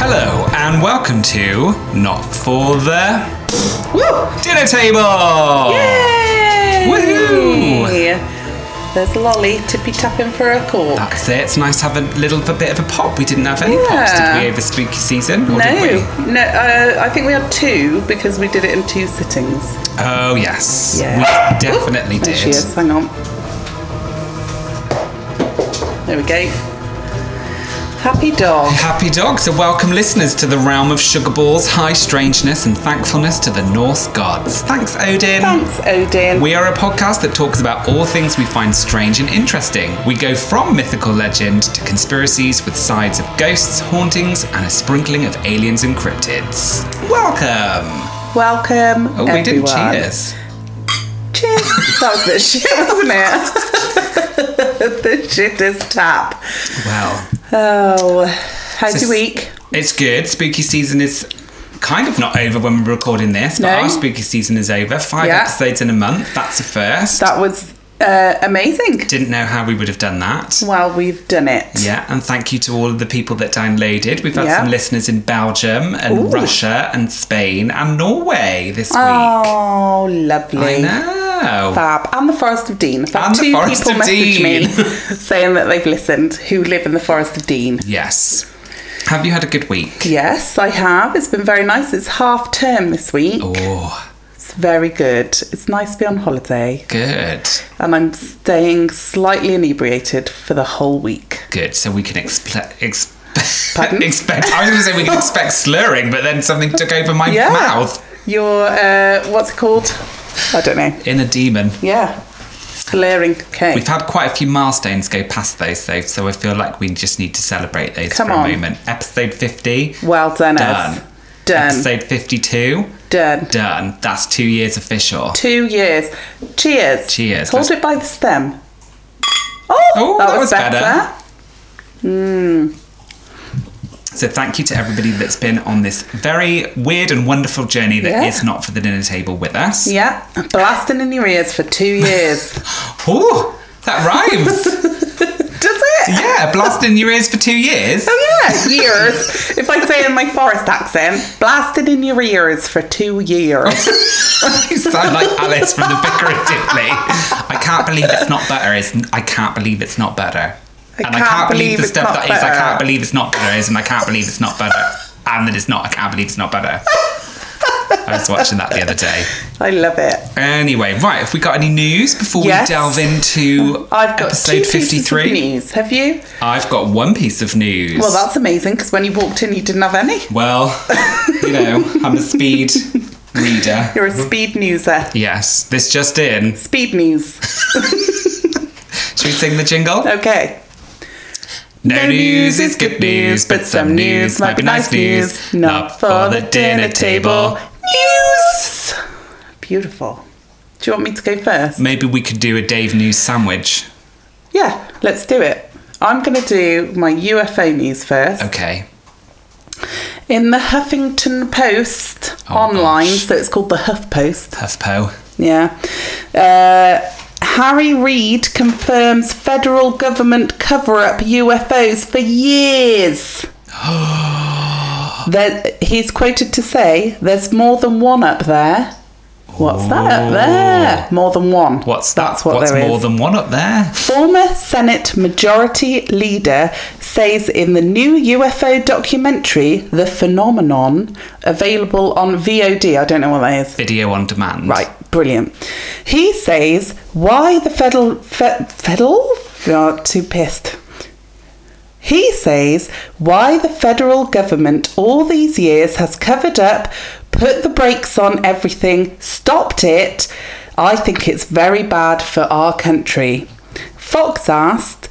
Hello and welcome to Not for the Dinner Table. Yay! Woohoo! There's Lolly tippy tapping for a cork. That's it. It's nice to have a little bit of a pop. We didn't have any pops, did Yeah. we, over spooky season? Or no, did we? no. Uh, I think we had two because we did it in two sittings. Oh yes, Yeah. we definitely There did. she is. Hang on. There we go. Happy dog. Happy dog, so welcome listeners to the realm of sugar balls, high strangeness, and thankfulness to the Norse gods. Thanks, Odin. Thanks, Odin. We are a podcast that talks about all things we find strange and interesting. We go from mythical legend to conspiracies with sides of ghosts, hauntings, and a sprinkling of aliens and cryptids. Welcome! Welcome, Oh, we everyone. did cheers. Cheers. That was a bit shit, wasn't it? the shit is tap. Well, Oh, how's It's- your week? It's good. Spooky season is kind of not over when we're recording this, but No. our spooky season is over. Five Yeah. episodes in a month. That's a first. That was uh, amazing. Didn't know how we would have done that. Well, we've done it. Yeah, and thank you to all of the people that downloaded. We've had Yeah. some listeners in Belgium and Ooh. Russia and Spain and Norway this week. Oh, lovely. I know. Fab. And the Forest of Dean. I've had And the two Forest people of message me Dean. saying that they've listened who live in the Forest of Dean. Yes. Have you had a good week? Yes, I have. It's been very nice. It's half term this week. Oh, It's very good. It's nice to be on holiday. good. And I'm staying slightly inebriated for the whole week. Good. So we can expect. Ex- Pardon? expect. I was going to say we can expect slurring, but then something took over my Yeah. mouth. Your, uh, what's it called? I don't know. Inner demon. Yeah. Slurring. Okay. We've had quite a few milestones go past those, though, so I feel like we just need to celebrate those Come for on. a moment. Episode 50, Well done, us. Done. Done. Episode 52, Done. done. That's two years official. Two years. Cheers. Cheers. Hold Let's- it by the stem. Oh, Oh, that, was, better. So thank you to everybody that's been on this very weird and wonderful journey that is Yeah. not for the dinner table with us. Yeah, blasting in your ears for two years. Ooh, that rhymes. Does it? yeah, blasted in your ears for two years. Oh yeah, years. if I say it in my forest accent, blasted in your ears for two years. you sound like Alice from the Vicar of Dibley. I can't believe it's not butter. Is I can't believe it's not butter. I and I can't can't believe, believe the it's stuff not that is. I butter. can't believe it's not butter. Is and I can't believe it's not butter. And that it's not. I can't believe it's not butter. I was watching that the other day. I love it. Anyway, right. Have we got any news before Yes. we delve into I've got two episode pieces of fifty-three? news. Have you? I've got one piece of news. Well, that's amazing because when you walked in, you didn't have any. well, you know, I'm a speed reader. You're a speed newser. Yes, this just in. Speed news. Should we sing the jingle? Okay. No news is good news, but some news might be nice news. Not for the dinner table. News! Beautiful. Do you want me to go first? Maybe we could do a Dave News sandwich. Yeah, let's do it. I'm going to do my UFO news first. Okay. In the Huffington Post Oh, online, gosh. so it's called the Huff Post. HuffPo. Yeah. Uh, Harry Reid confirms federal government cover up UFOs for years. there, he's quoted to say, There's more than one up there. What's that up there? More than one. What's that? That's what What's there is. more than one up there? Former Senate Majority Leader says in the new UFO documentary, The Phenomenon, available on VOD. I don't know what that is. Video on demand. Right, brilliant. He says why the federal. Fe, federal? Oh, too pissed. He says why the federal government all these years has covered up, put the brakes on everything, stopped it. I think it's very bad for our country. Fox asked,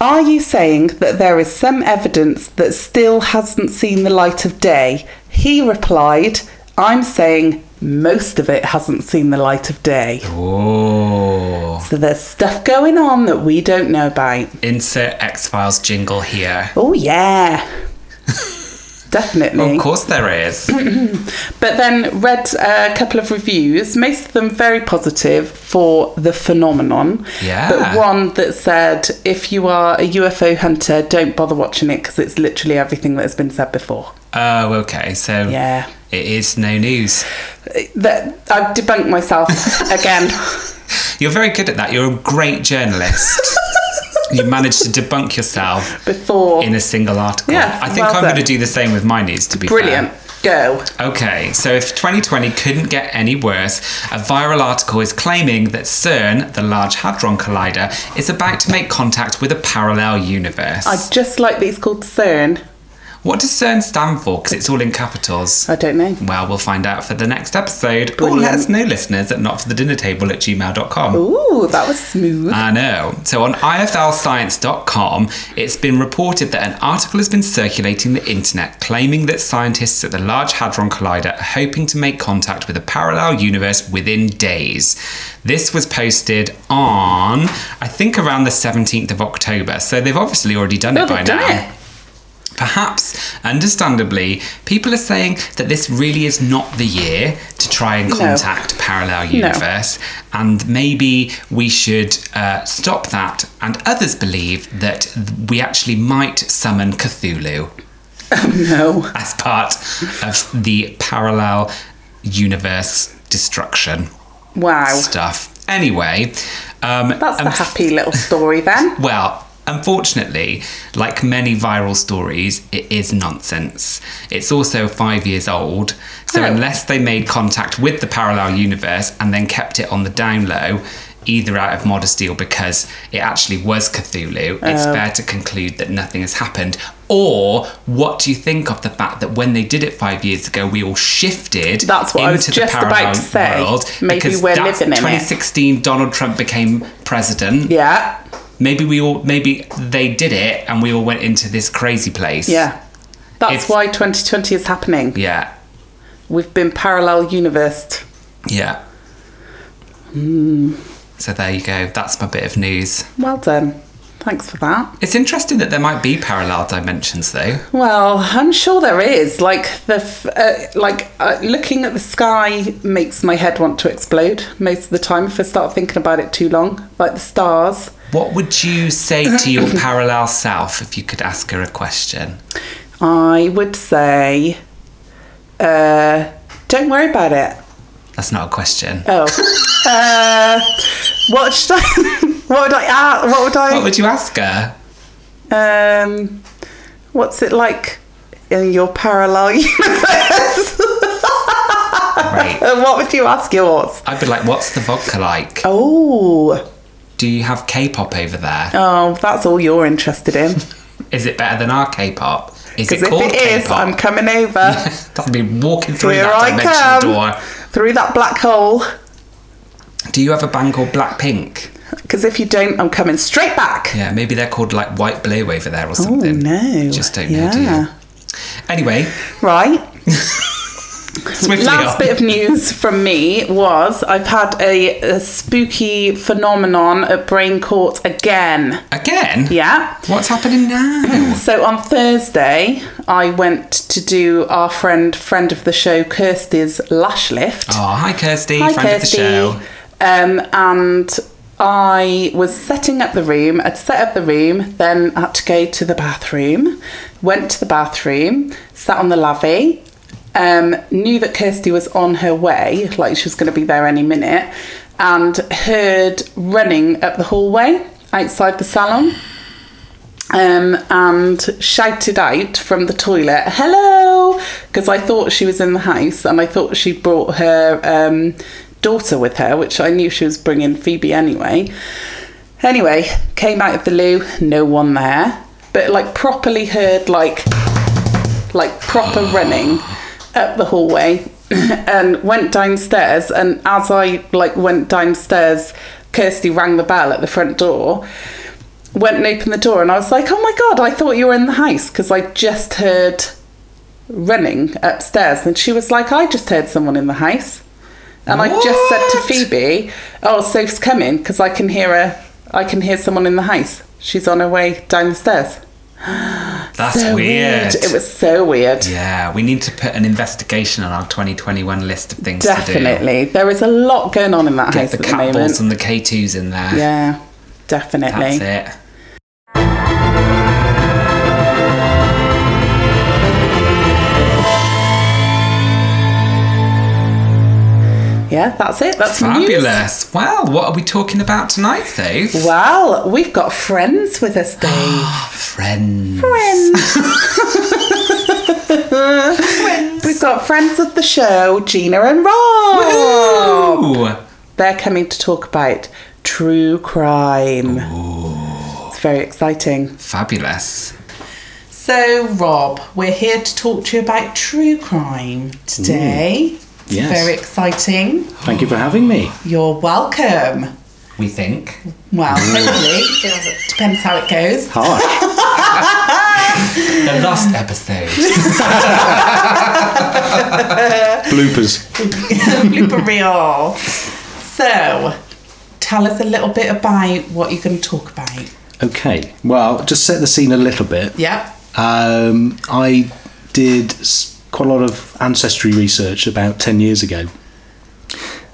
Are you saying that there is some evidence that still hasn't seen the light of day? He replied, I'm saying most of it hasn't seen the light of day. Oh. So there's stuff going on that we don't know about. Insert X Files jingle here. Oh, yeah. Definitely. Of course there is. But then read a couple of reviews, most of them very positive for the phenomenon. Yeah. But one that said, if you are a UFO hunter, don't bother watching it because it's literally everything that has been said before. Oh, okay. So Yeah. it is no news. That I've debunked myself again. You're very good at that. You're a great journalist. you managed to debunk yourself Before. in a single article. Yeah, I think well I'm done. going to do the same with my news, to be fair. Brilliant. Go. Okay, so if 2020 couldn't get any worse, a viral article is claiming that CERN, the Large Hadron Collider, is about to make contact with a parallel universe. I just like these called CERN. What does CERN stand for? Because it's all in capitals. I don't know. Well, we'll find out for the next episode. Or Brilliant. let us know, listeners, at notforthedinnertable at gmail.com. Ooh, that was smooth. I know. So on IFLScience.com, it's been reported that an article has been circulating the internet claiming that scientists at the Large Hadron Collider are hoping to make contact with a parallel universe within days. This was posted on, I think, around the 17th of October. So they've obviously already done Oh, it by they've done now. it. Perhaps, understandably, people are saying that this really is not the year to try and contact parallel universe, and maybe we should uh, stop that. And others believe that th- we actually might summon Cthulhu No. as part of the parallel universe destruction Wow. stuff. Anyway, um, That's a um, happy little story then. well, unfortunately, like many viral stories, it is nonsense. It's also five years old. So, Oh. unless they made contact with the parallel universe and then kept it on the down low, either out of modesty or because it actually was Cthulhu, it's Oh. fair to conclude that nothing has happened. Or, what do you think of the fact that when they did it five years ago, we all shifted That's what into I was the just about parallel to say. world? Maybe because we're that's living in it. 2016, Donald Trump became president Yeah. maybe we all maybe they did it and we all went into this crazy place Yeah. That's It's- why 2020 is happening. yeah We've been parallel universed. yeah Hmm. so there you go that's my bit of news Well done. Thanks for that. it's interesting that there might be parallel dimensions though Well, I'm sure there is. Like the f- uh, like uh, looking at the sky makes my head want to explode most of the time if I start thinking about it too long. Like the stars. what would you say to your parallel self if you could ask her a question I would say, uh, don't worry about it. that's not a question Oh, uh, what should I? What would I? Uh, what would what I? would you ask her um, what's it like in your parallel universe? right And what would you ask yours? i'd be like what's the vodka like Oh, do you have k-pop over there oh, that's all you're interested in. is it better than our k-pop is it Because if called it is, k-pop I'm coming over That'd be walking through Here that I dimensional come. door. through that black hole. Do you have a band called Blackpink? Because if you don't, I'm coming straight back. Yeah, maybe they're called like White Blue over there or Oh something. no! Just don't know, do you? Anyway, Right. swiftly Last on. bit of news from me was I've had a, a spooky phenomenon at Brain Court again. Again? Yeah. What's happening now? So on Thursday, I went to do our friend, friend of the show, Kirsty's lash lift. Oh, hi Kirsty, Hi, friend Kirsty. of the show. Um, and I was setting up the room. I'd set up the room, then had to go to the bathroom. Went to the bathroom, sat on the lavvy. Um, knew that Kirsty was on her way, like she was going to be there any minute, and heard running up the hallway outside the salon. Um, and shouted out from the toilet, "Hello!" Because I thought she was in the house, and I thought she brought her um, daughter with her, which I knew she was bringing Phoebe anyway. Anyway, came out of the loo, no one there, but like properly heard like like proper running up the hallway and went downstairs and as I like went downstairs Kirsty rang the bell at the front door went and opened the door, and I was like, oh my god, I thought you were in the house because I just heard running upstairs. And she was like, I just heard someone in the house. And I just said to What? Phoebe, oh, Soph's coming because I can hear her, I can hear someone in the house. She's on her way down the stairs. That's So weird. It was so weird. Yeah, we need to put an investigation on our 2021 list of things to do. Definitely. There is a lot going on in that Get house the at the cat moment. balls and the K2s in there. yeah, definitely. That's it. Yeah, that's it. That's the news. Fabulous. Well, what are we talking about tonight, though? Well, we've got friends with us, Dave. Friends. friends. We've got friends of the show, Gina and Rob. Ooh. They're coming to talk about true crime. It's very exciting. Fabulous. So, Rob, we're here to talk to you about true crime Mm. today. It's Yes. Very exciting. Thank you for having me. You're welcome. We think. Well, Mm. hopefully, it depends how it goes. Hi. The last episode. Bloopers. blooper reel. So, tell us a little bit about what you're going to talk about. Okay. Well, just set the scene a little bit. Yep. Um, I did s- quite a lot of ancestry research about 10 years ago.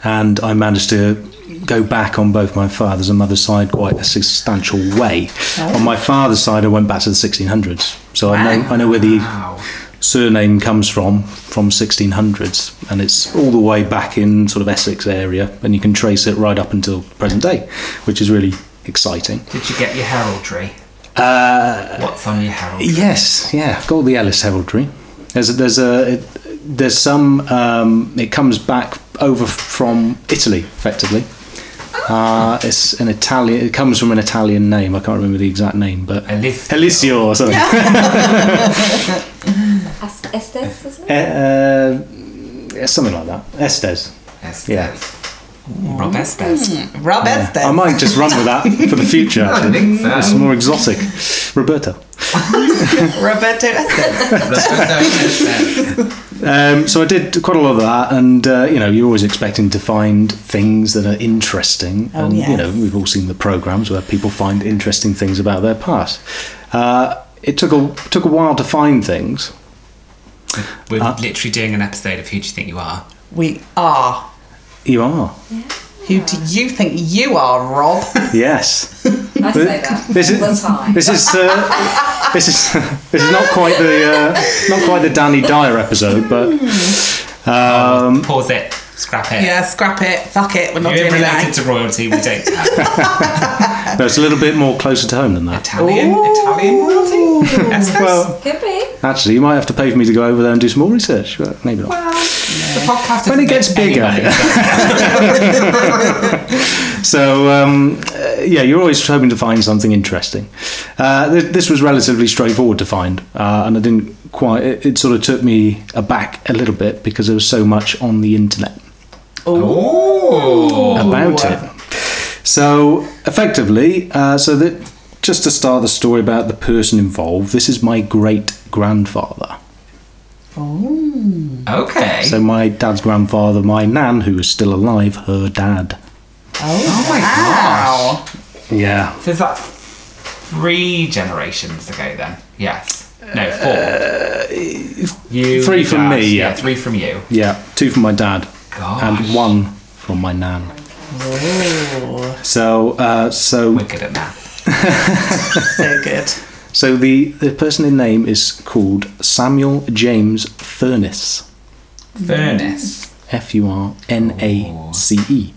And I managed to go back on both my father's and mother's side quite a substantial way. On my father's side, I went back to the 1600s. So I, know, I know where the Wow. surname comes from, from 1600s. And it's all the way back in sort of Essex area. And you can trace it right up until present day, which is really exciting. Did you get your heraldry? Uh, What's on your heraldry? Yes, yeah, I've got all the Ellis heraldry. There's a, there's a it, there's some um, it comes back over from Italy effectively. Uh, it's an Italian. It comes from an Italian name. I can't remember the exact name, but Elis- Elicio or something. Ast- Estes, isn't Eh, it? uh, yeah, something like that. Estes. Estes. Yeah. Mm. Ooh, Rob Estes. Mm, Rob Estes. I might just run with that for the future. Actually. think so. It's more exotic. Roberto. Roberto Estes. Um, so I did quite a lot of that, and uh, you know, you're always expecting to find things that are interesting. Oh, and you yes. know, we've all seen the programs where people find interesting things about their past. Uh, it took a took a while to find things. We're Uh-huh. literally doing an episode of Who Do You Think You Are? We are. You are, Who do you think you are, Rob? yes. I say that This is all the time. this is uh, this is this is not quite the uh, not quite the Danny Dyer episode, but um, Pause it. Scrap it. yeah, scrap it. Fuck it. We're not You're doing it now. related to royalty. We don't have no, it's a little bit more closer to home than that. Italian. Italian royalty. Estes. Well, Could be. Actually, you might have to pay for me to go over there and do some more research, but maybe not. The podcast When it doesn't gets make any bigger. money. So, um, uh, yeah, you're always hoping to find something interesting. Uh, th- this was relatively straightforward to find, uh, and I didn't quite. It, it sort of took me aback a little bit because there was so much on the internet Oh. about it. So, effectively, uh, so that just to start the story about the person involved, this is my great grandfather. Okay. So, my dad's grandfather, my nan, who is still alive, her dad. oh my Wow. Yeah, gosh. So is that three generations ago then? Yes. No, four. you, Uh, three your from dad. me, yeah. Three from you. Yeah, two from my dad Gosh. and one from my nan. Oh, So, uh, so, We're good at math. so good. so the the person in name is called Samuel James Furnace. Furnace. F U R N A C E.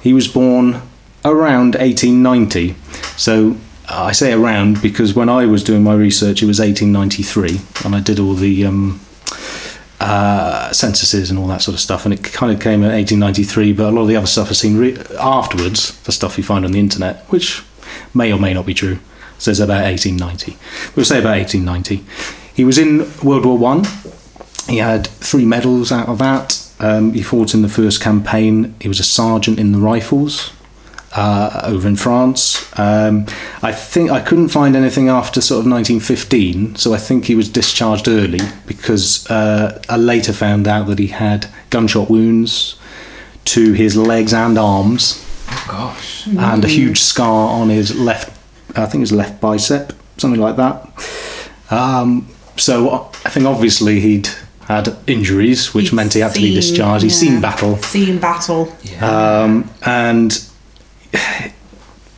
He was born around 1890. So uh, I say around because when I was doing my research, it was 1893, and I did all the um, uh, censuses and all that sort of stuff, and it kind of came in 1893. But a lot of the other stuff I've seen re- afterwards, the stuff you find on the internet, which may or may not be true, says about 1890. We'll say about 1890. He was in World War One. He had three medals out of that. Um, he fought in the first campaign. He was a sergeant in the rifles. uh, over in France. Um, I think I couldn't find anything after sort of 1915, so I think he was discharged early because uh, I later found out that he had gunshot wounds to his legs and arms Oh, gosh. Mm. and a huge scar on his left, I think it was left bicep, something like that. Um, so I I think obviously he'd had injuries, which He'd meant he had to be seen, discharged. He'd yeah. seen battle Seen battle. um, and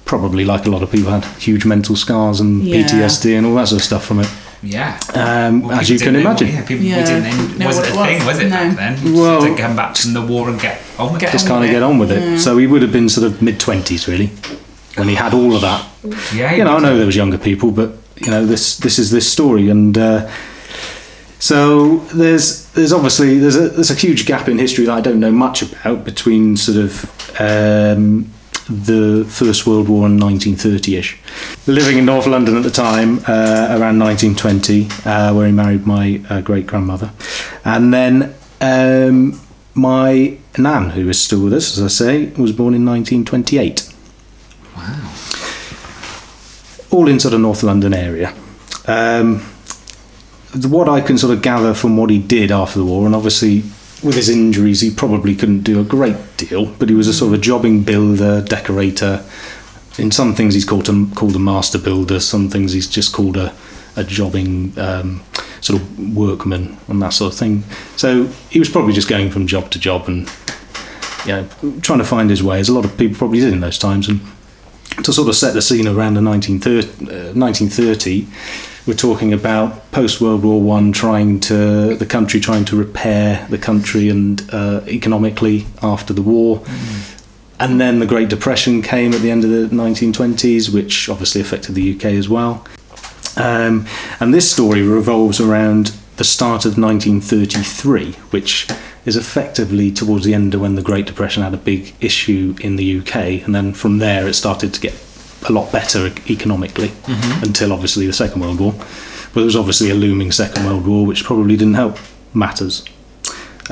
probably, like a lot of people, had huge mental scars and Yeah. PTSD and all that sort of stuff from it. Yeah. Um, Well, people as you didn't can know- imagine. yeah, people Yeah. we didn't Know know, wasn't what a it thing, was. was it No. back then? Just Well- to come back from the war and get oh on with Just it. kind of get on with it. Oh, Yeah. So he would have been sort of mid twenties, really, when he had all of that. Yeah, You know, I know there was younger people, but you know, this this is this story, and uh, so there's there's obviously there's a there's a huge gap in history that I don't know much about between sort of um, the First World War and 1930ish. Living in North London at the time, uh, around 1920, uh, where he married my uh, great grandmother, and then um, my nan, who is still with us, as I say, was born in 1928 Wow. all in sort of North London area. Um, the- what I can sort of gather from what he did after the war, and obviously with his injuries, he probably couldn't do a great deal, but he was a sort of a jobbing builder, decorator. In some things, he's called a, called a master builder. Some things, he's just called a a jobbing um, sort of workman and that sort of thing. So he was probably just going from job to job and you know trying to find his way, as a lot of people probably did in those times. And to sort of set the scene around the 1930, uh, 1930 we're talking about post World War One, trying to the country trying to repair the country and uh, economically after the war, and then the Great Depression came at the end of the 1920s, which obviously affected the UK as well. Um, and this story revolves around the start of 1933, which is effectively towards the end of when the Great Depression had a big issue in the UK. And then from there, it started to get a lot better economically until obviously the Second World War. But there was obviously a looming Second World War, which probably didn't help matters.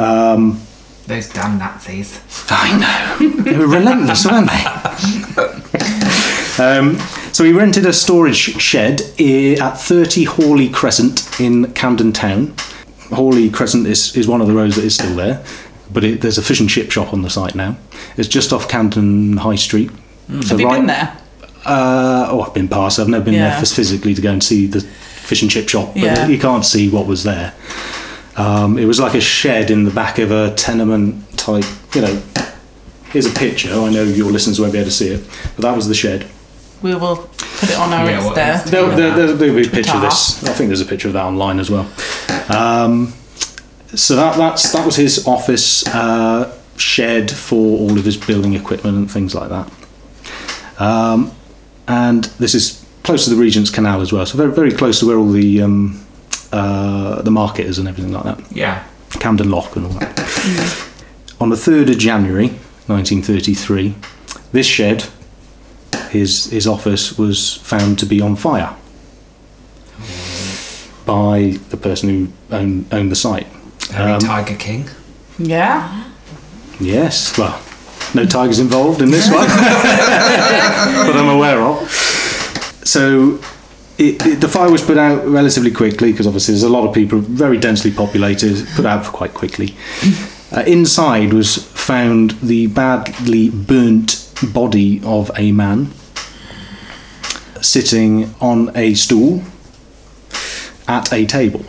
Those damn Nazis. I know. They were relentless, weren't they? um, so he rented a storage shed i- at 30 Hawley Crescent in Camden Town. Hawley Crescent is, is one of the roads that is still there, but it, there's a fish and chip shop on the site now. It's just off Camden High Street. So Hmm. Have you right- been there? Uh, oh, I've been past. I've never been Yeah. there phys- physically to go and see the fish and chip shop, but Yeah. you can't see what was there. Um, it was like a shed in the back of a tenement type. You know, here's a picture. I know your listeners won't be able to see it, but that was the shed. We will put it on our Yeah, Insta. well, it's- There, there, there, there'll be a picture of Ta. this. I think there's a picture of that online as well. Um, so that that's that was his office uh, shed for all of his building equipment and things like that. Um, and this is close to the Regent's Canal as well, so very very close to where all the um, uh, the market is and everything like that. Yeah. Camden Lock and all that. On the 3rd of January 1933, this shed, his, his office, was found to be on fire by the person who owned, owned the site. Harry Um, Tiger King. yeah. Yes, well, no tigers involved in this one, but I'm aware of. So it, it, the fire was put out relatively quickly because obviously there's a lot of people, very densely populated, put out quite quickly. Uh, inside was found the badly burnt body of a man sitting on a stool at a table.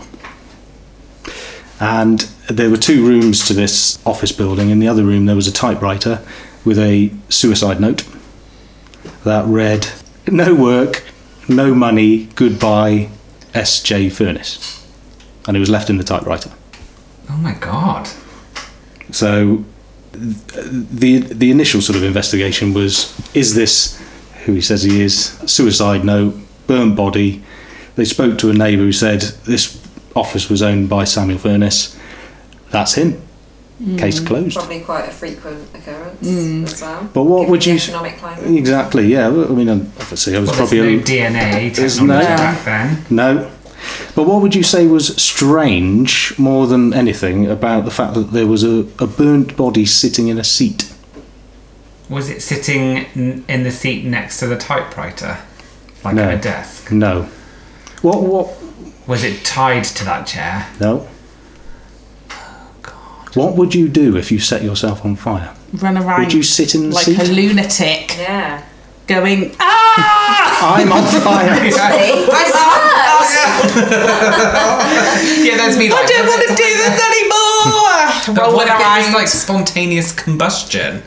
And there were two rooms to this office building. In the other room, there was a typewriter with a suicide note that read, No work, no money, goodbye, S.J. Furnace. And it was left in the typewriter. Oh my god. So th- the the initial sort of investigation was: is this who he says he is? Suicide note, burnt body. They spoke to a neighbour who said this office was owned by Samuel Furness. That's him. Hmm. Case closed. Probably quite a frequent occurrence Mm. as well. But what given would the you s- Economic climate. Exactly. Yeah. I mean, um, obviously, I was Well, there's probably no a- DNA There's technology no- back then. No. But what would you say was strange more than anything about the fact that there was a, a burnt body sitting in a seat? Was it sitting n- in the seat next to the typewriter, like No. at a desk? No. What? What? Was it tied to that chair? No. What would you do if you set yourself on fire? Run around Would you sit in the like seat? a lunatic, Yeah. going ah! I'm on fire. Yeah, that's me. I Like, don't want to do this anymore. But Roll what if it around. was like spontaneous combustion?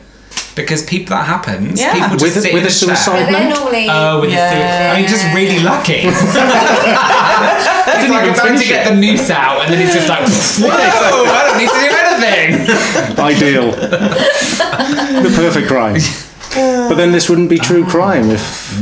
Because people, that happens. Yeah. People just With a- sit with in a chair. suicide- But they're normally. Uh, Oh, with a suicide. I mean, just really lucky. it's like even about to finish get the noose out, and then he's just like, whoa, I don't need to do anything. Ideal. the perfect crime. But then this wouldn't be true crime if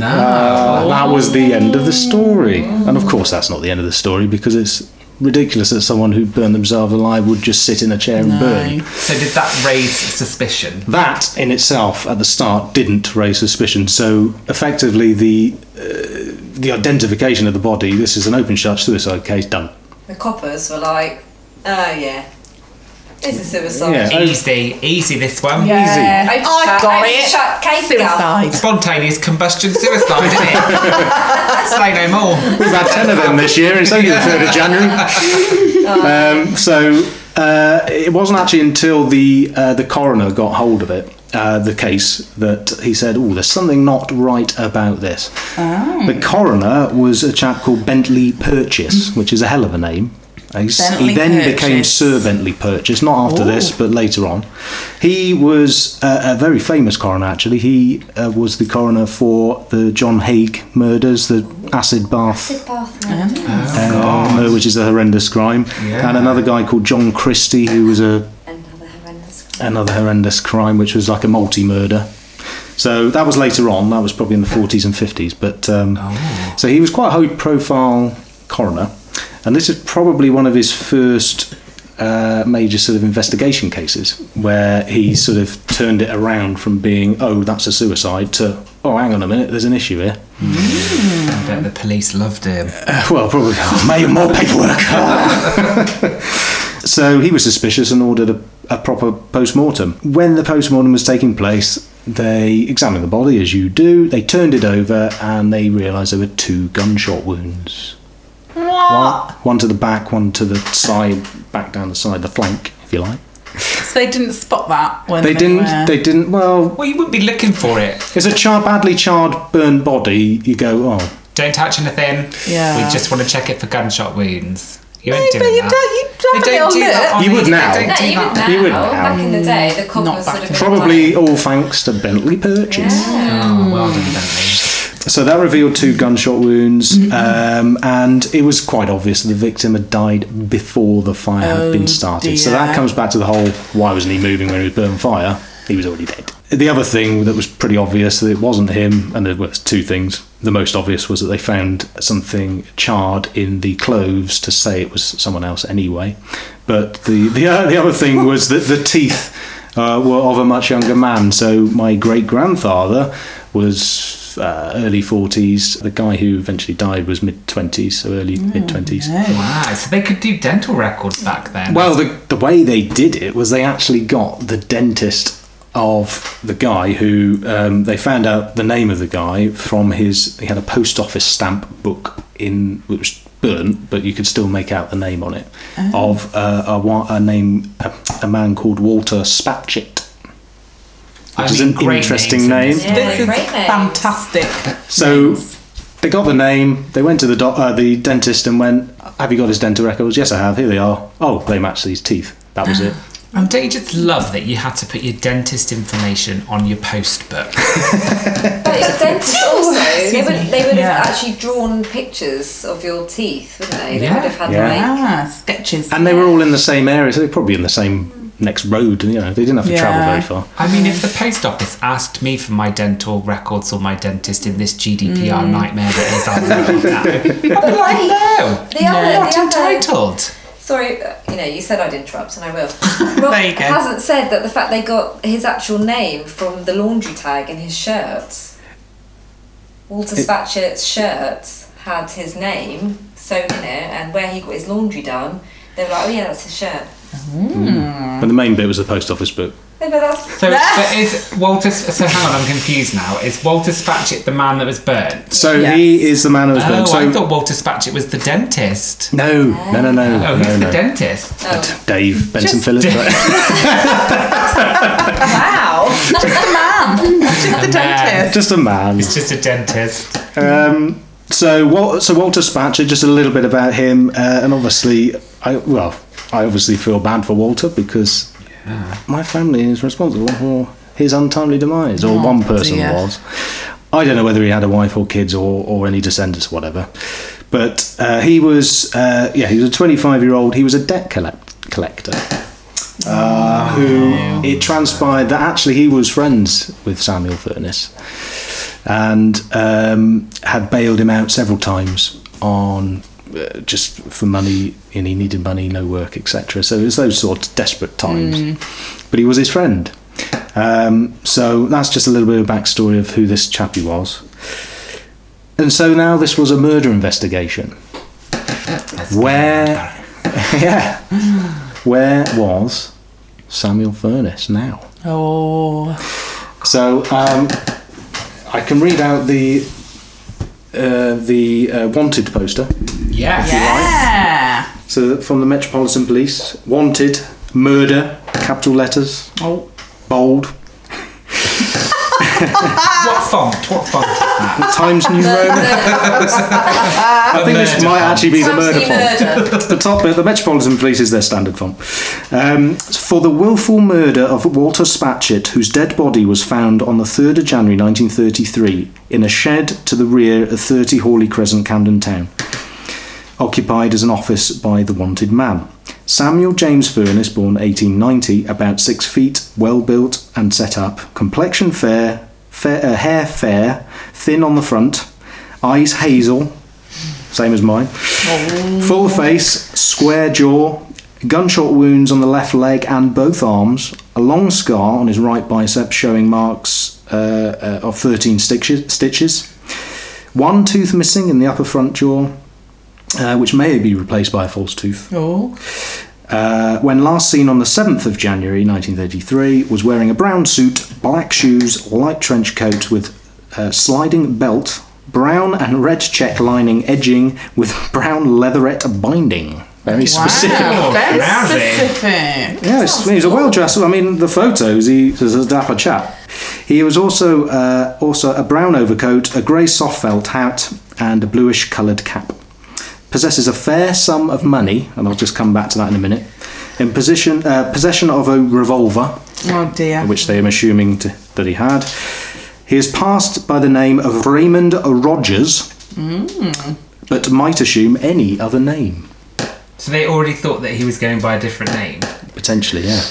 No. uh, that was the end of the story. And of course, that's not the end of the story because it's ridiculous that someone who burned themselves alive would just sit in a chair and burn. So did that raise suspicion? That in itself, at the start, didn't raise suspicion. So effectively, the uh, the identification of the body. This is an open shut suicide case. Done. the coppers were like, oh yeah, it's a suicide. Yeah. Oh. Easy, easy this one. Yeah. Open I shut, got open it. shut, case girl. Suicide. Spontaneous combustion suicide, isn't it? Say no more. We've had ten of them this year. It's only the third of January. Oh. Um, so uh, it wasn't actually until the uh, the coroner got hold of it, uh, the case, that he said, "Oh, there's something not right about this." Oh. The coroner was a chap called Bentley Purchase, which is a hell of a name. He's- he Bentley then became Purchase. Sir Bentley Purchase, not after this, but later on. He was a, a very famous coroner, actually. He uh, was the coroner for the John Haig murders, the acid bath uh, murder, which is a horrendous crime. Yeah. And another guy called John Christie, who was a Another horrendous. another horrendous crime, which was like a multi-murder. So that was later on. That was probably in the 40s and 50s. But um, so he was quite a high-profile coroner, and this is probably one of his first uh, major sort of investigation cases where he sort of turned it around from being oh that's a suicide to oh hang on a minute there's an issue here. I bet the police loved him. Well, probably oh, made more paperwork. so he was suspicious and ordered a, a proper post mortem. When the post mortem was taking place, they examined the body as you do. They turned it over and they realised there were two gunshot wounds. What? One to the back, one to the side, back down the side, the flank, if you like. So they didn't spot that when They didn't. Were... They didn't. Well, Well, you wouldn't be looking for it. it's a char- badly charred, burned body. You go, oh, Don't touch anything. Yeah. We just want to check it for gunshot wounds. You No, ain't but doing you that. don't- you don't They have a do little that look. on You would these- they now. don't No, do that. even now, You would now. back in the day, the Not coppers back would have then. been probably like, all thanks to Bentley Purchase. yeah. Oh, well done, Bentley. So that revealed two gunshot wounds, Mm-hmm. um, and it was quite obvious the victim had died before the fire had Oh, been started. So dear. that comes back to the whole why wasn't he moving when he was burned fire? He was already dead. The other thing that was pretty obvious that it wasn't him, and there was two things. The most obvious was that they found something charred in the cloves to say it was someone else anyway. But the the, uh, the other thing was that the teeth uh, were of a much younger man. So my great grandfather was uh, early 40s. The guy who eventually died was mid 20s, so early mid 20s. Wow, so they could do dental records back then. Well, the, the way they did it was they actually got the dentist of the guy who um, they found out the name of the guy from his. He had a post office stamp book in which was burnt, but you could still make out the name on it of uh, a, wa- a name a, a man called Walter Spatchett. I Which is mean, an great interesting names in name. this. Yeah, This is great names. fantastic. So they got the name. They went to the doc, uh, the dentist and went, "Have you got his dental records?" Yes, I have. Here they are. Oh, they match these teeth. That was it. And Um, don't you just love that you had to put your dentist information on your post book? But it's dentists also. They would, they would Yeah. have actually drawn pictures of your teeth, wouldn't they? They Yeah. would have had Yeah. like. Ah, sketches. And they were all in the same area, so they're probably in the same next road. You know, they didn't have to travel Yeah. very far. I mean, if the post office asked me for my dental records or my dentist in this GDPR Mm. nightmare that is our world now, I'd be like, no, The other, I'm not the other, entitled. Sorry, uh, you know, you said I'd interrupt, and I will. Rob There you go. hasn't said that the fact they got his actual name from the laundry tag in his shirt. Walter Spatchett's shirt had his name sewn in it, and where he got his laundry done, they were like, "Oh yeah, that's his shirt." Mm. But the main bit was the post office book. No, but that's So, but is Walter? So hang on, I'm confused now. Is Walter Spatchett the man that was burnt? So Yes. he is the man who was Oh, burnt. So I thought Walter Spatchett was the dentist. no, no, no, no, Oh, no, who's the no. dentist? oh, Dave Benson Phillips. but- wow. Just the dentist. just a man. It's um, just a dentist. Um, so, Wal- so Walter Spatcher, just a little bit about him, uh, and obviously, I well, I obviously feel bad for Walter because my family is responsible for his untimely demise, or one person dear. was. I don't know whether he had a wife or kids or, or any descendants, or whatever. But uh, he was, uh, yeah, he was a 25 year old. He was a debt collect- collector. Uh, who it transpired that actually he was friends with Samuel Furness and um, had bailed him out several times on uh, just for money, and he needed money, no work, etc. So it was those sort of desperate times. But he was his friend. Um, so that's just a little bit of backstory of who this chappie was. And so now this was a murder investigation. Where, yeah, where was Samuel Furness now? Oh, So um, I can read out the uh, the uh, wanted poster. Yes. yeah. So from the Metropolitan Police, wanted murder, capital letters, Oh, bold, What font? What font? is that? Times New Roman. I think this might actually be the murder Absolutely font. murder. The top bit, the Metropolitan Police is their standard font. Um, for the willful murder of Walter Spatchett, whose dead body was found on the 3rd of January 1933 in a shed to the rear of 30 Hawley Crescent, Camden Town, occupied as an office by the wanted man. Samuel James Furness, born 1890, about six feet, well built and set up, complexion fair, fair uh, hair fair, thin on the front, eyes hazel, same as mine. Full face, square jaw, gunshot wounds on the left leg and both arms, a long scar on his right bicep showing marks uh, uh, of 13 stitches, stitches, one tooth missing in the upper front jaw, uh, which may be replaced by a false tooth. oh. Uh, when last seen on the 7th of January 1933, was wearing a brown suit, black shoes, light trench coat with a sliding belt, brown and red check lining edging with brown leatherette binding. Very specific. Wow, very Rousing. specific. Yeah, it's- he was a well dressed. I mean, the photos. He was a dapper chap. He was also uh, also a brown overcoat, a grey soft felt hat, and a bluish coloured cap. Possesses a fair sum of money, and I'll just come back to that in a minute. In position uh, possession of a revolver, Oh dear. which they am assuming to, that he had. He is passed by the name of Raymond Rogers, but might assume any other name So they already thought that he was going by a different name. potentially. Yeah.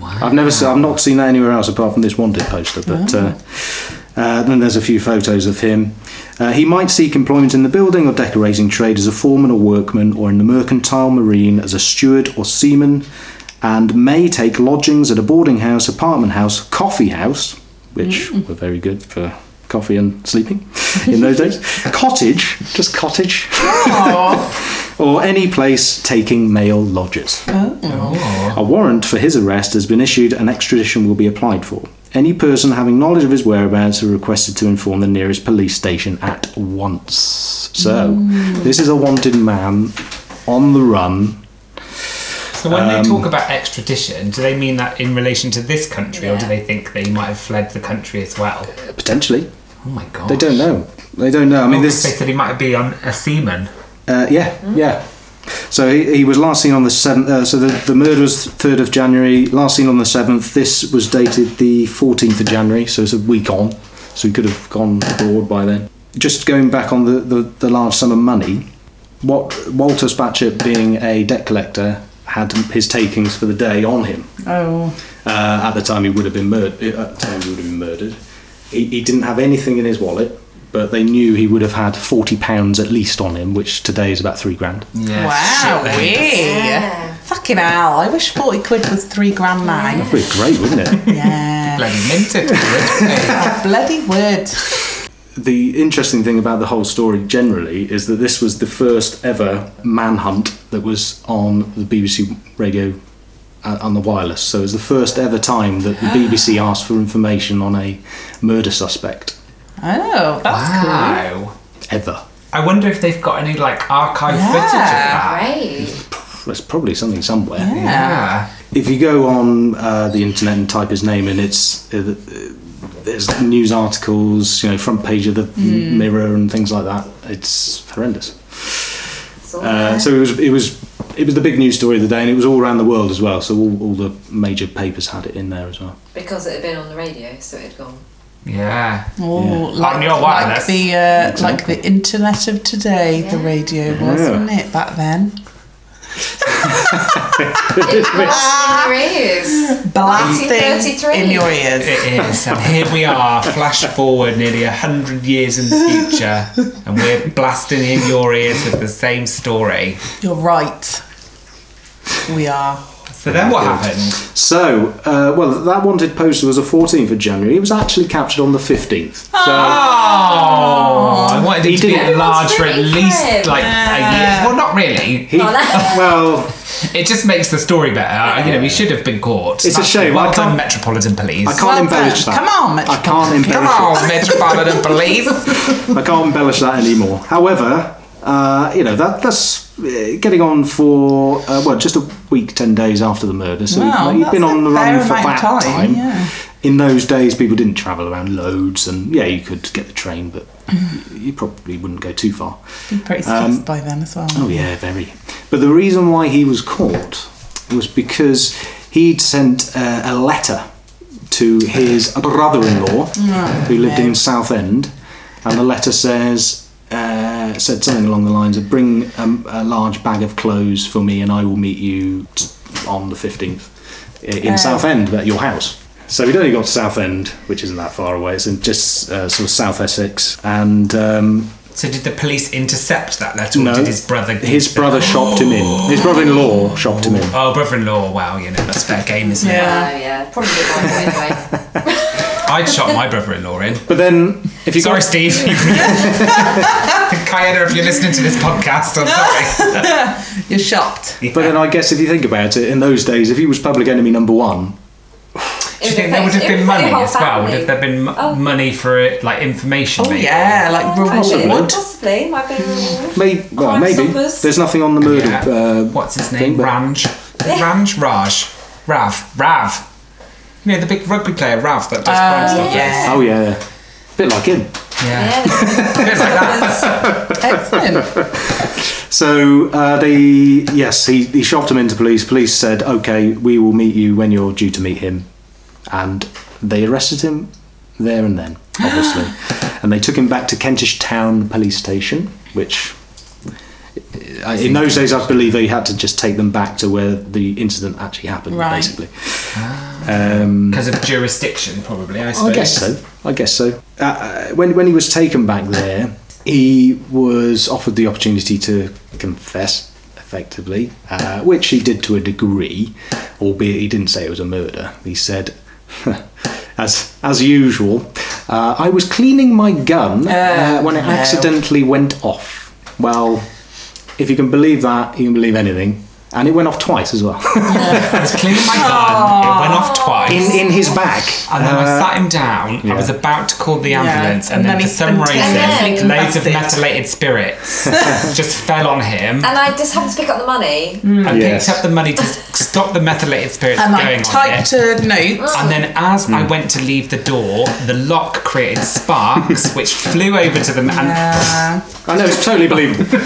Wow. I've never seen, I've not seen that anywhere else apart from this wanted poster. But uh, uh, then there's a few photos of him. Uh, he might seek employment in the building or decorating trade as a foreman or workman, or in the mercantile marine as a steward or seaman, and may take lodgings at a boarding house, apartment house, coffee house, which were very good for coffee and sleeping in those days. cottage, just cottage, Oh. or any place taking male lodgers. Oh. A warrant for his arrest has been issued and extradition will be applied for. Any person having knowledge of his whereabouts are requested to inform the nearest police station at once. So, this is a wanted man on the run. So when they Um, talk about extradition, do they mean that in relation to this country, or do Yeah. they think that he might have fled the country as well? Potentially. Oh my god. They don't know. They don't know. I mean, Oh, they this. said he might be on a seaman. Uh, yeah, yeah. So he, he was last seen on the seventh. Uh, so the, the murder was third of January. Last seen on the seventh. This was dated the fourteenth of January. So it's a week on. So he could have gone abroad by then. Just going back on the, the, the large sum of money. What Walter Spatchett, being a debt collector, had his takings for the day on him. oh. Uh, at the time, he would have been murdered. At the time, he would have been murdered. He, he didn't have anything in his wallet, but they knew he would have had forty pounds at least on him, which today is about three grand. Yeah. Wow. Yeah. Fucking hell. I wish 40 quid was three grand mine. That'd be great, wouldn't it? Yeah. Bloody minted. wouldn't Bloody word. the interesting thing about the whole story generally is that this was the first ever manhunt that was on the BBC radio uh, on the wireless. So it was the first ever time that the BBC asked for information on a murder suspect Oh, that's Wow. ever. I wonder if they've got any like archive footage of that. Great. There's probably something somewhere. cool. Yeah. Yeah. If you go on uh, the internet and type his name in, it's uh, there's news articles, you know, front page of the Hmm. Mirror and things like that. It's horrendous. It's all Uh, there. so it was it was it was the big news story of the day, and it was all around the world as well. So all, all the major papers had it in there as well. because it had been on the radio, so it had gone. Yeah. Oh, Yeah. like, On your like wireless. the uh, like the internet of today, the Yeah. radio was, Yeah. wasn't it back then? It was in your ears. Blasting 1933. in your ears. It is. And here we are, flash forward nearly a hundred years in the future, and we're blasting in your ears with the same story. You're right. We are. So then what happened? So uh, well, that wanted poster was the 14th of January. It was actually captured on the 15th. So Ah! Oh, I wanted it to be did- enlarged for at Everyone's rooting for least him. like a year. Well, not really. he, Oh, that- well, It just makes the story better. You know, he should have been caught. It's a shame. Well I done, can't- Metropolitan Police. I can't Well embellish done. that. Come on, I can't Metropolitan. embellish. Come on, Metropolitan Police. I can't embellish that anymore. However, uh, you know that that's uh, getting on for uh, well just a week, ten days after the murder. So Wow, he'd been that's on a the fair run for amount that of time, time. yeah. In those days, people didn't travel around loads, and yeah, you could get the train, but Mm. you probably wouldn't go too far. Be pretty stressed by then as well. Oh yeah, very. But the reason why he was caught was because he'd sent uh, a letter to his brother-in-law who lived in Southend, and the letter says uh, said something along the lines of "Bring um, a large bag of clothes for me, and I will meet you t- on the fifteenth in Southend at your house." So he'd only got to Southend, which isn't that far away. It's in just uh, sort of South Essex, and um, So did the police intercept that letter, or did his brother? give his the- brother shopped him in. His brother-in-law shopped him in. Oh, brother-in-law. Wow, you know that's fair game, isn't it? Yeah. Oh, yeah. Probably did one anyway. I'd shot my brother-in-law in. But then, if you Sorry, got, Steve. Kayeda, if you're listening to this podcast, I'm sorry. You're shocked. but then I guess if you think about it, in those days, if he was public enemy number one, Do you think there would have been money as well? Would have there been m- Oh. money for it, like information? Oh maybe? yeah, like possibly, reward. possibly, might be. reward. may, well, Crime maybe stoppers. there's nothing on the murder. Yeah. Uh, What's his thing, name? but- Ranj. Ranj Raj. Rav. Rav. You know the big rugby player Rav that does crime stuff. Uh, yeah. Oh yeah, bit like him. Yeah. Yeah. A bit like that. Excellent. So uh, they, yes, he, he shoved him into police. Police said, "Okay, we will meet you when you're due to meet him," and they arrested him there and then, obviously, and they took him back to Kentish Town Police Station, which. uh, In those days, I believe they had to just take them back to where the incident actually happened, Right. basically. Um, Because of jurisdiction, probably. I suppose. I guess so. I guess so. Uh, Uh, when when he was taken back there, he was offered the opportunity to confess, effectively, uh, which he did to a degree, albeit he didn't say it was a murder. He said, as as usual, uh, I was cleaning my gun uh, when it no. accidentally went off. Well, if you can believe that, you can believe anything. And it went off twice as well. I was cleaning my gun. It went off twice. in Uh, in his back. And then I sat him down. I was about to call the ambulance, and, and then, then for he- some and then he reason, loads of combusted. methylated spirits just fell on him And I just happened to pick up the money. and Yes. picked up the money to stop the methylated spirits And I going on. typed it. a note. And then, as Hmm. I went to leave the door, the lock created sparks, which flew over to them and Uh, I know it's totally believable.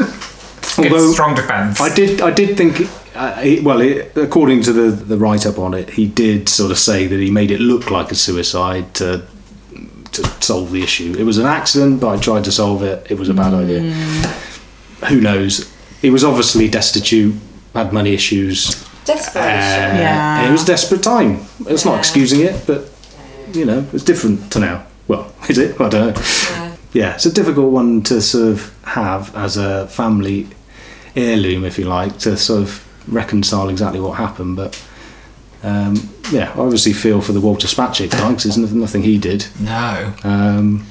good, Although strong defense. I did, I did think. Uh, he, well, it, according to the the write up on it, he did sort of say that he made it look like a suicide to to solve the issue. It was an accident, but I tried to solve it. It was a bad idea. Mm. Who knows? He was obviously destitute, had money issues. Desperation. Uh, Yeah. and It was a desperate time. It's not Yeah. excusing it, but you know, it's different to now. Well, is it? I don't know. Yeah. Yeah, it's a difficult one to sort of have as a family heirloom, if you like, to sort of reconcile exactly what happened. But um, yeah, I obviously feel for the Walter Spatchik guy because there's nothing, nothing he did. no. Um,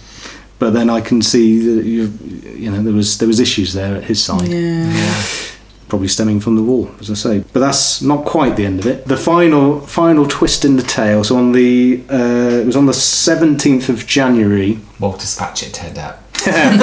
but then I can see that you, you know there was there was issues there at his side. yeah. Yeah. probably stemming from the war, as I say. But that's not quite the end of it. The final final twist in the tale. So on the uh, it was on the seventeenth of January. Walter Spatchett turned up. Like,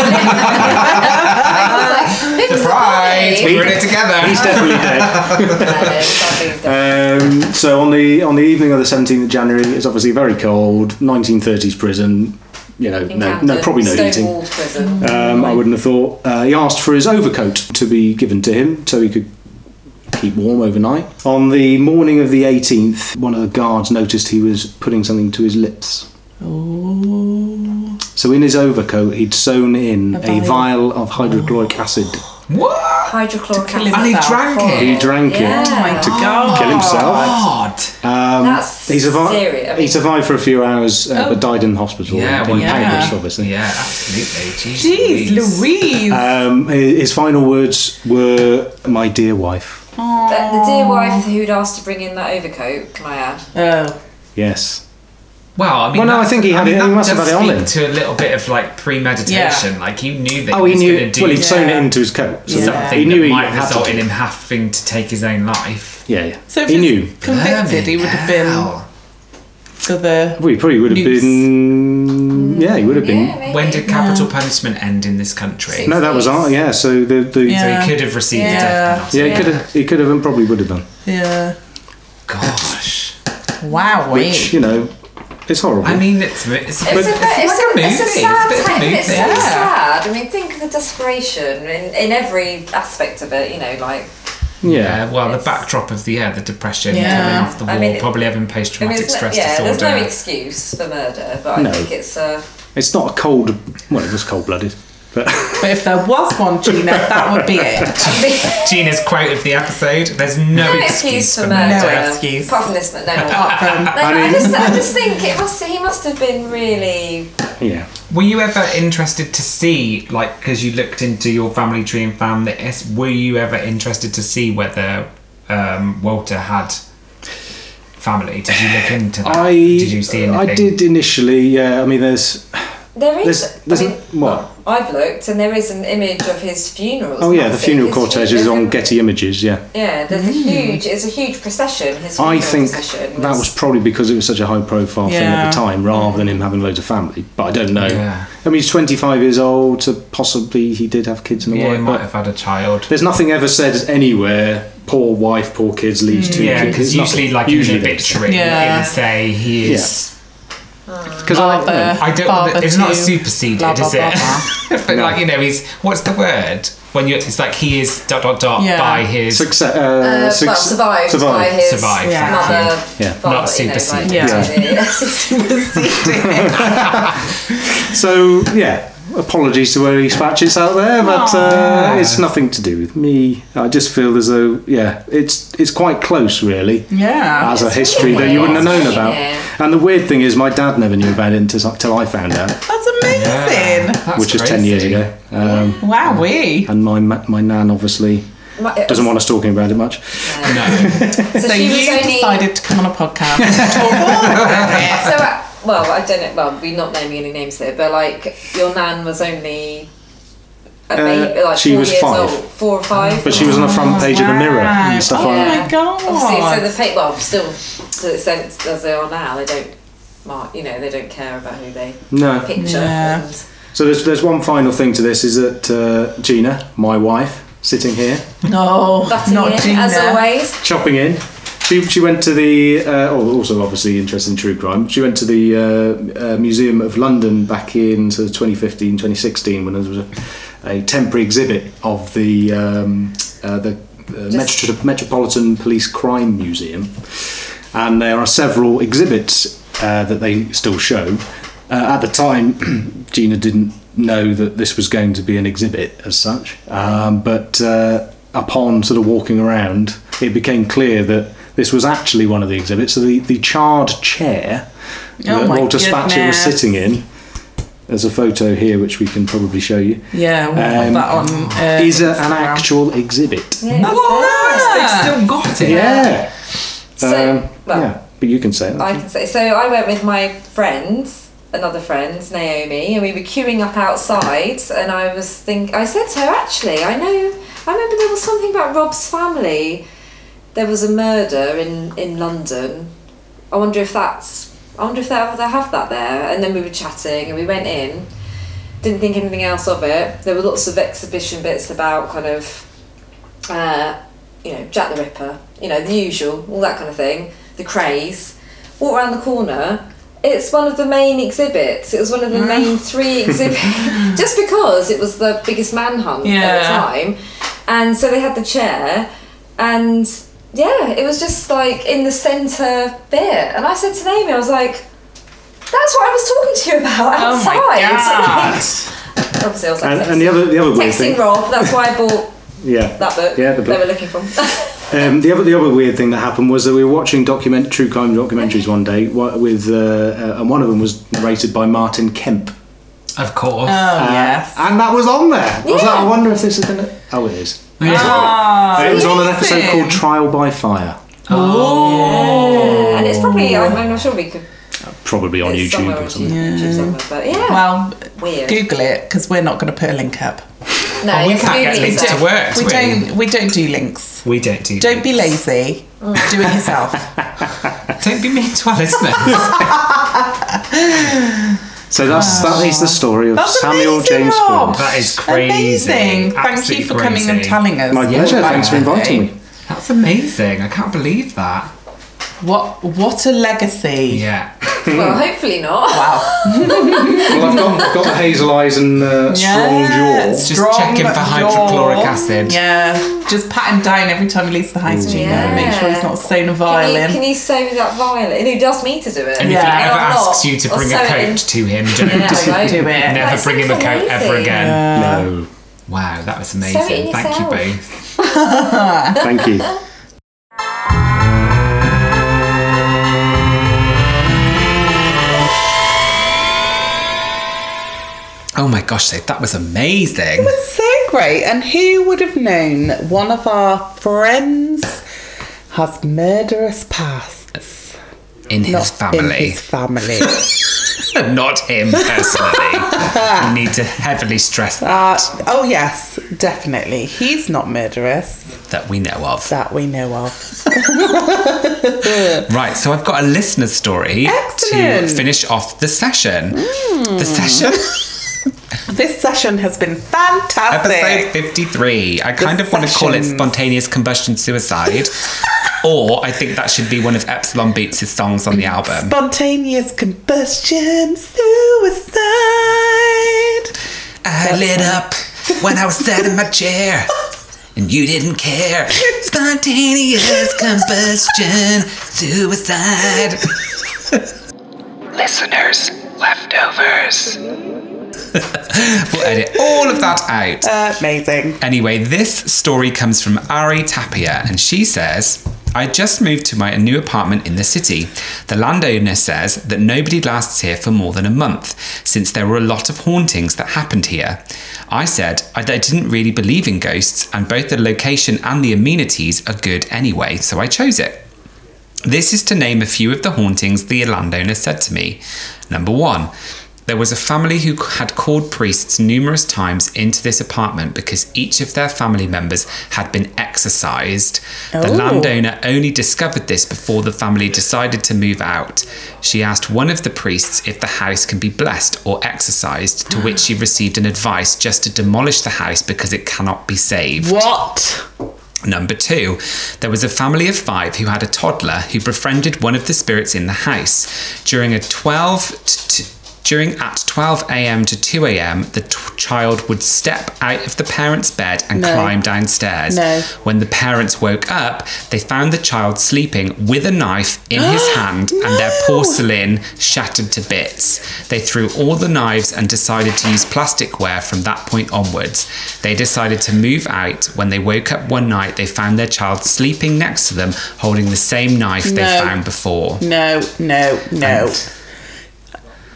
Surprise! We were in it together. He's definitely dead. Surprise! Um, so on the on the evening of the seventeenth of January, it's obviously very cold. Nineteen thirties prison. You know, no, no, probably no heating. Stonewalled prison. Um, I wouldn't have thought. Uh, he asked for his overcoat to be given to him so he could keep warm overnight. On the morning of the 18th, one of the guards noticed he was putting something to his lips. Oh. So in his overcoat, he'd sewn in A a vial. vial of hydrochloric acid. What? Hydrochloric To kill acid. And he drank it. He drank Yeah. it. Oh my To god. kill Oh. himself. God. Um, That's he, survived, serious. I mean- he survived for a few hours, uh, Oh. but died in hospital. Yeah, in well, yeah. Paris, obviously. Yeah, absolutely. Jeez, Jeez, Louise. Louise. Um, his his final words were, "My dear wife." But the dear wife who'd asked to bring in that overcoat, can I add? oh. Yes. Well, I mean, Well, no, that's- I think he had mean, it- he that must have does had it on speak him. To a little bit of like premeditation, like he knew that Oh, he he was knew. going to do well, he'd sewn it Yeah. into his coat. So Yeah. something He knew that he might had result to. in him having to take his own life. Yeah, yeah. So if he he's knew. convicted, he would have been Hell. for the. Well, he probably would have Noose. Mm. been. Yeah, he would have been. Yeah, maybe. When did capital punishment end in this country? No, that was art. Yeah, so the the. Yeah. So Yeah. he could have received Yeah. death penalty. he could have, he could have, and probably would have done. Yeah. Gosh. Wow. Which you know, it's horrible. I mean, it's it's, It's, it's, a, bit- it's, like a a, movie. it's a sad bit of a time, but it's so movie. sad. I mean, think of the desperation in, in every aspect of it, you know, like, yeah, Yeah, well, the It's- backdrop of the yeah, the depression Yeah. coming off the war, I mean, it- probably having I mean, post-traumatic it's no- stress yeah, disorder. there's no excuse for murder, but I No. think it's a. it's not a cold. Well, it was cold blooded, but But if there was one, Gina, that would be it. Gina's quote of the episode: "There's no, No excuse for murder. murder." No excuse. Apart from this, no, no, Apart from. No, I, just, I just think it must. He must have been really. yeah. Were you ever interested to see, like, because you looked into your family tree and found this? Were you ever interested to see whether um, Walter had family? Did you look into that? I did you see anything? I did initially. Yeah, I mean, there's There there's is. there's I mean, what? I've looked, and there is an image of his funeral. It's Oh yeah, the massive. funeral His cortege fu- is on there's a- Getty Images. Yeah. Yeah, there's a huge. It's a huge procession. His funeral I think procession that was probably because it was such a high profile thing at Yeah. the time rather than him having loads of family. But I don't know. Yeah. I mean, he's 25 years old, so possibly he did have kids and a Yeah, he wife. might But have had a child. there's nothing ever said anywhere poor wife, poor kids, leaves two Yeah, kids. because usually, like in an obituary, it Yeah. would say he is. Because I, Barber. I don't. Barber it's not to superseded, blah, blah, is it? blah, blah. but No. like you know, he's what's the word when you? It's like he is dot dot dot Yeah. by his success, uh, Uh, suc- well, survived by survived. his Survived, Yeah. mother, Yeah. father, Not superseded. You know, Yeah. like, So yeah, apologies to any spatches out there, but uh, it's nothing to do with me. I just feel as though yeah, it's it's quite close really. Yeah. as a history that you wouldn't have known about. Yeah. And the weird thing is, my dad never knew about it until, until I found out, That's amazing. uh, That's which was ten years crazy. ago. Um, Wow. We. and my ma- my nan obviously My- uh, doesn't want us talking about it much. No, So, So she you was only. decided to come on a podcast and talk all about So, uh, well, I don't know. Well, we're not naming any names there, but like your nan was only. A Uh, baby, like she four was years five. old, four or five. But she was on the front page of the Mirror and stuff Oh like that. my god. Obviously, so the paper, well, still to the extent as they are now, they don't mark. You know, they don't care about who they No. picture. Yeah. And So there's there's one final thing to this is that uh, Gina, my wife, sitting here no, butting not in, Gina. as always. chopping in. She, she went to the uh, oh, also obviously interested in true crime. She went to the uh, uh, Museum of London back in sort of 2015, 2016 when there was a, a temporary exhibit of the um, uh, the uh, Metro- Metropolitan Police Crime Museum, and there are several exhibits uh, that they still show. Uh, at the time, Gina didn't know that this was going to be an exhibit as such, um, but uh, upon sort of walking around, it became clear that this was actually one of the exhibits. So the, the charred chair Oh that my Walter Spatcher was goodness. sitting in, there's a photo here which we can probably show you, Yeah, we'll have Um, that on. Uh, is a, an Instagram. actual exhibit. Yeah, no, Yeah. they've still got it. Yeah. So, Um, well, yeah. But you can say that. I can say. So I went with my friends. another friend, Naomi, and we were queuing up outside. And I was think I said to her, actually, I know. I remember there was something about Rob's family. There was a murder in in London. I wonder if that's. I wonder if they they have that there. And then we were chatting, and we went in. Didn't think anything else of it. There were lots of exhibition bits about kind of uh, you know, Jack the Ripper, you know, the usual, all that kind of thing, the craze. Walk around the corner. It's one of the main exhibits. It was one of the Mm. main three exhibits, just because it was the biggest manhunt Yeah. at the time, and so they had the chair, and yeah, it was just like in the centre bit. And I said to Naomi, I was like, "That's what I was talking to you about Oh outside." my god! Obviously, I was like And, and the other the other weird texting thing, Rob. That's why I bought yeah, that book. yeah, the they were book. looking for. Uh, Um, the other the other weird thing that happened was that we were watching document true crime documentaries one day wha- with uh, uh, and one of them was narrated by Martin Kemp. Of course. Oh Uh, yes. And that was on there. I was like, I Yeah. Oh, wonder if this is going to. Oh, it is. Ah, But it was on an amazing. episode called Trial by Fire. Oh. Yeah, and it's probably Oh. I'm, I'm not sure we could Probably on it's somewhere YouTube or something. on YouTube somewhere, but yeah, Well, weird. Google it because we're not going to put a link up. no, Oh, we it's can't get really links easy. to work. we do don't. We don't do links. We don't do. Don't be lazy. Mm. Do it yourself. Don't be mean to our listeners. So that's that is the story of That's Samuel amazing, James Rob. Ford. that is crazy. Amazing. Thank you Absolutely for coming and crazy. telling us. My all pleasure. about Thanks for it. inviting me. That's amazing. I can't believe that. What What a legacy. Yeah. Well, hopefully not. Wow. Well, I've got, got the hazel eyes and Yeah. uh, strong jaw. Just checking for hydrochloric jaw. acid. Yeah. Just pat him down every time he leaves the high street. Yeah. Make sure he's not sewn a Can you, violin. can you sew me that violin? Who does me to do it? And Yeah. if he And ever I'm not. asks you to I'll bring sew a it in. coat to him, don't. Yeah, I won't. do it. Never That bring him a sounds coat ever amazing. again. No, Wow, that was it amazing. Thank you yourself. both. thank you. Oh my gosh, Dave, that was amazing. was so great. And who would have known one of our friends has murderous pasts? In his in family. his family. Not him personally. we need to heavily stress that, uh, oh yes, definitely. He's not murderous that we know of. that we know of. Right, so I've got a listener's story Excellent. Hmm. to finish off the session. The session? This session has been fantastic. Episode 53. I kind of want to call it sessions. spontaneous combustion suicide. or I think that should be one of Epsilon Beats' songs on the album. Spontaneous combustion suicide. I lit up when I was sat in my chair. And you didn't care. Spontaneous combustion, suicide. Listeners, leftovers. We'll edit all of that out. Uh, Amazing. Anyway, this story comes from Ari Tapia, and she says, I just moved to my new apartment in the city. The landowner says that nobody lasts here for more than a month, since there were a lot of hauntings that happened here. I said I I didn't really believe in ghosts, and both the location and the amenities are good anyway, so I chose it. This is to name a few of the hauntings the landowner said to me. Number one, there was a family who had called priests numerous times into this apartment because each of their family members had been exorcised. The landowner only discovered this before the family decided to move out. She asked one of the priests if the house can be blessed or exorcised, to which she received an advice just to demolish the house because it cannot be saved. What? Number two, there was a family of five who had a toddler who befriended one of the spirits in the house. During a 12 t- t- during at 12 a.m. to 2 a.m., the t- child would step out of the parents' bed and No. climb downstairs. No. When the parents woke up, they found the child sleeping with a knife in his hand and their porcelain shattered to bits. They threw all the knives and decided to use plasticware from that point onwards. They decided to move out. When they woke up one night, they found their child sleeping next to them holding the same knife they No. found before. No, no, no. And-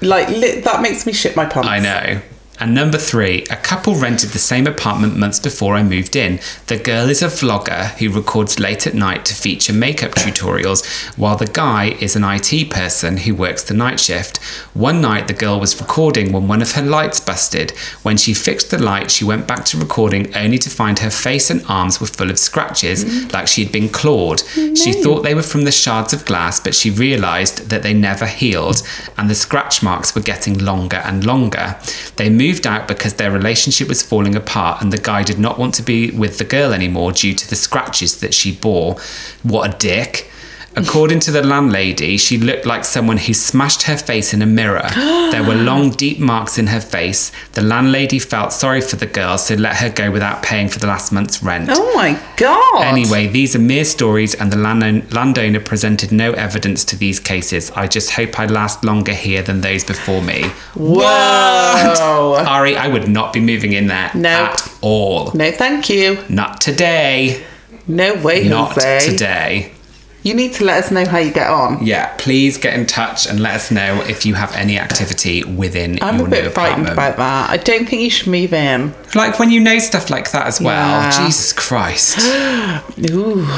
Like, li- that makes me shit my pants. I know. And number three, a couple rented the same apartment months before I moved in. The girl is a vlogger who records late at night to feature makeup tutorials, while the guy is an IT person who works the night shift. One night, the girl was recording when one of her lights busted. When she fixed the light, she went back to recording only to find her face and arms were full of scratches, like she had been clawed. She thought they were from the shards of glass, but she realised that they never healed, and the scratch marks were getting longer and longer. They moved out because their relationship was falling apart, and the guy did not want to be with the girl anymore due to the scratches that she bore. What a dick! According to the landlady, she looked like someone who smashed her face in a mirror. there were long, deep marks in her face. The landlady felt sorry for the girl, so let her go without paying for the last month's rent. Oh my god. Anyway, these are mere stories, and the landowner, landowner presented no evidence to these cases. I just hope I last longer here than those before me. Whoa. What? Ari, I would not be moving in there Nope. at all. No, thank you. Not today. No way, Not Jose. today. You need to let us know how you get on. Yeah, please get in touch and let us know if you have any activity within I'm your a bit new frightened apartment. about that. I don't think you should move in. Like when you know stuff like that as well. Yeah. Jesus Christ. Ooh.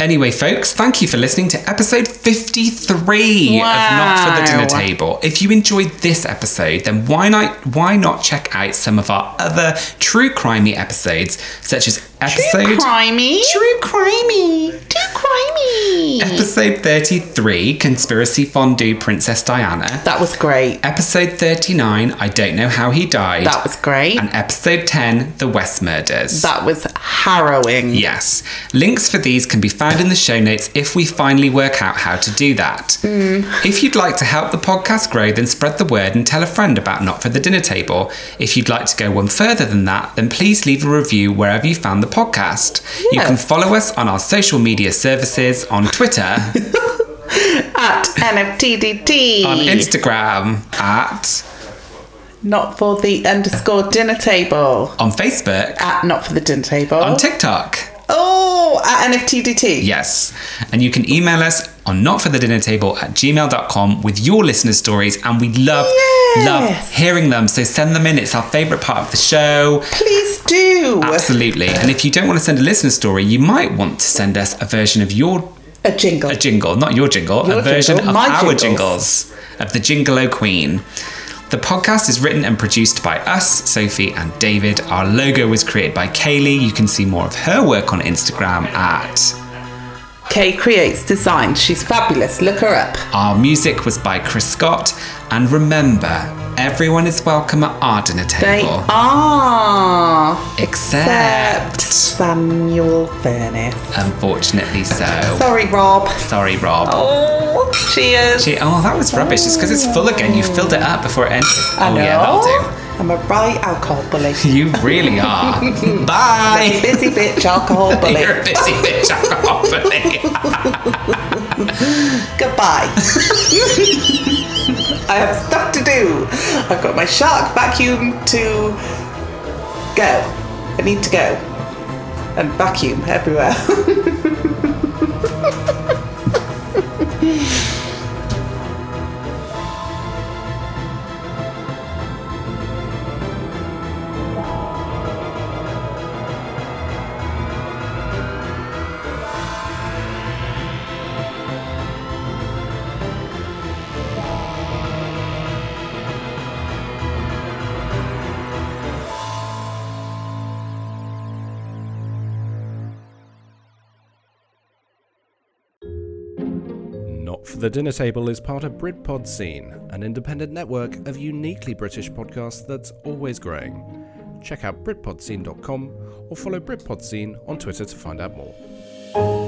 Anyway, folks, thank you for listening to episode 53 of Not for the Dinner Wow. Table. If you enjoyed this episode, then why not why not check out some of our other true crimey episodes, such as episode Crimey. True crimey. Too crimey. Episode 33, Conspiracy Fondue Princess Diana. That was great. Episode 39, I Don't Know How He Died. That was great. and episode 10, The West Murders. That was harrowing. Yes. Links for these can be found in the show notes if we finally work out how to do that. If you'd like to help the podcast grow, then spread the word and tell a friend about Not for the Dinner Table. If you'd like to go one further than that, then please leave a review wherever you found the podcast. You Yes. can follow us on our social media services on Twitter, At NFTDT. on Instagram, at Not for the underscore dinner table. on Facebook, At not for the dinner table. on TikTok. oh, at NFTDT. Yes. And you can email us on notforthedinnertable at gmail.com with your listener stories. And we love, Yes. love hearing them. So send them in. It's our favourite part of the show. Please do. Uh, Absolutely. And if you don't want to send a listener story, you might want to send us a version of your A jingle. a jingle, not your jingle, Your a version jingle, of my our jingles. jingles of the Jingalo Queen. The podcast is written and produced by us, Sophie and David. Our logo was created by Kaylee. You can see more of her work on Instagram at Kay creates design. She's fabulous. Look her up. Our music was by Chris Scott. And remember, everyone is welcome at our dinner They table. are. except, Samuel Furness. unfortunately, so. Sorry, Rob. Sorry, Rob. Oh. Oh, cheers. that was rubbish. It's because it's full again. You filled it up before it ended. I oh, know. yeah, that'll I'm a right alcohol bully. do. You really are. Bye. Busy bitch alcohol bully. You're a busy bitch. alcoholic. Goodbye. I have stuff to do. I've got my shark vacuum to go. I need to go and vacuum everywhere. Not for the Dinner Table is part of Britpod Scene, an independent network of uniquely British podcasts that's always growing. Check out BritpodScene.com or follow Britpod Scene on Twitter to find out more.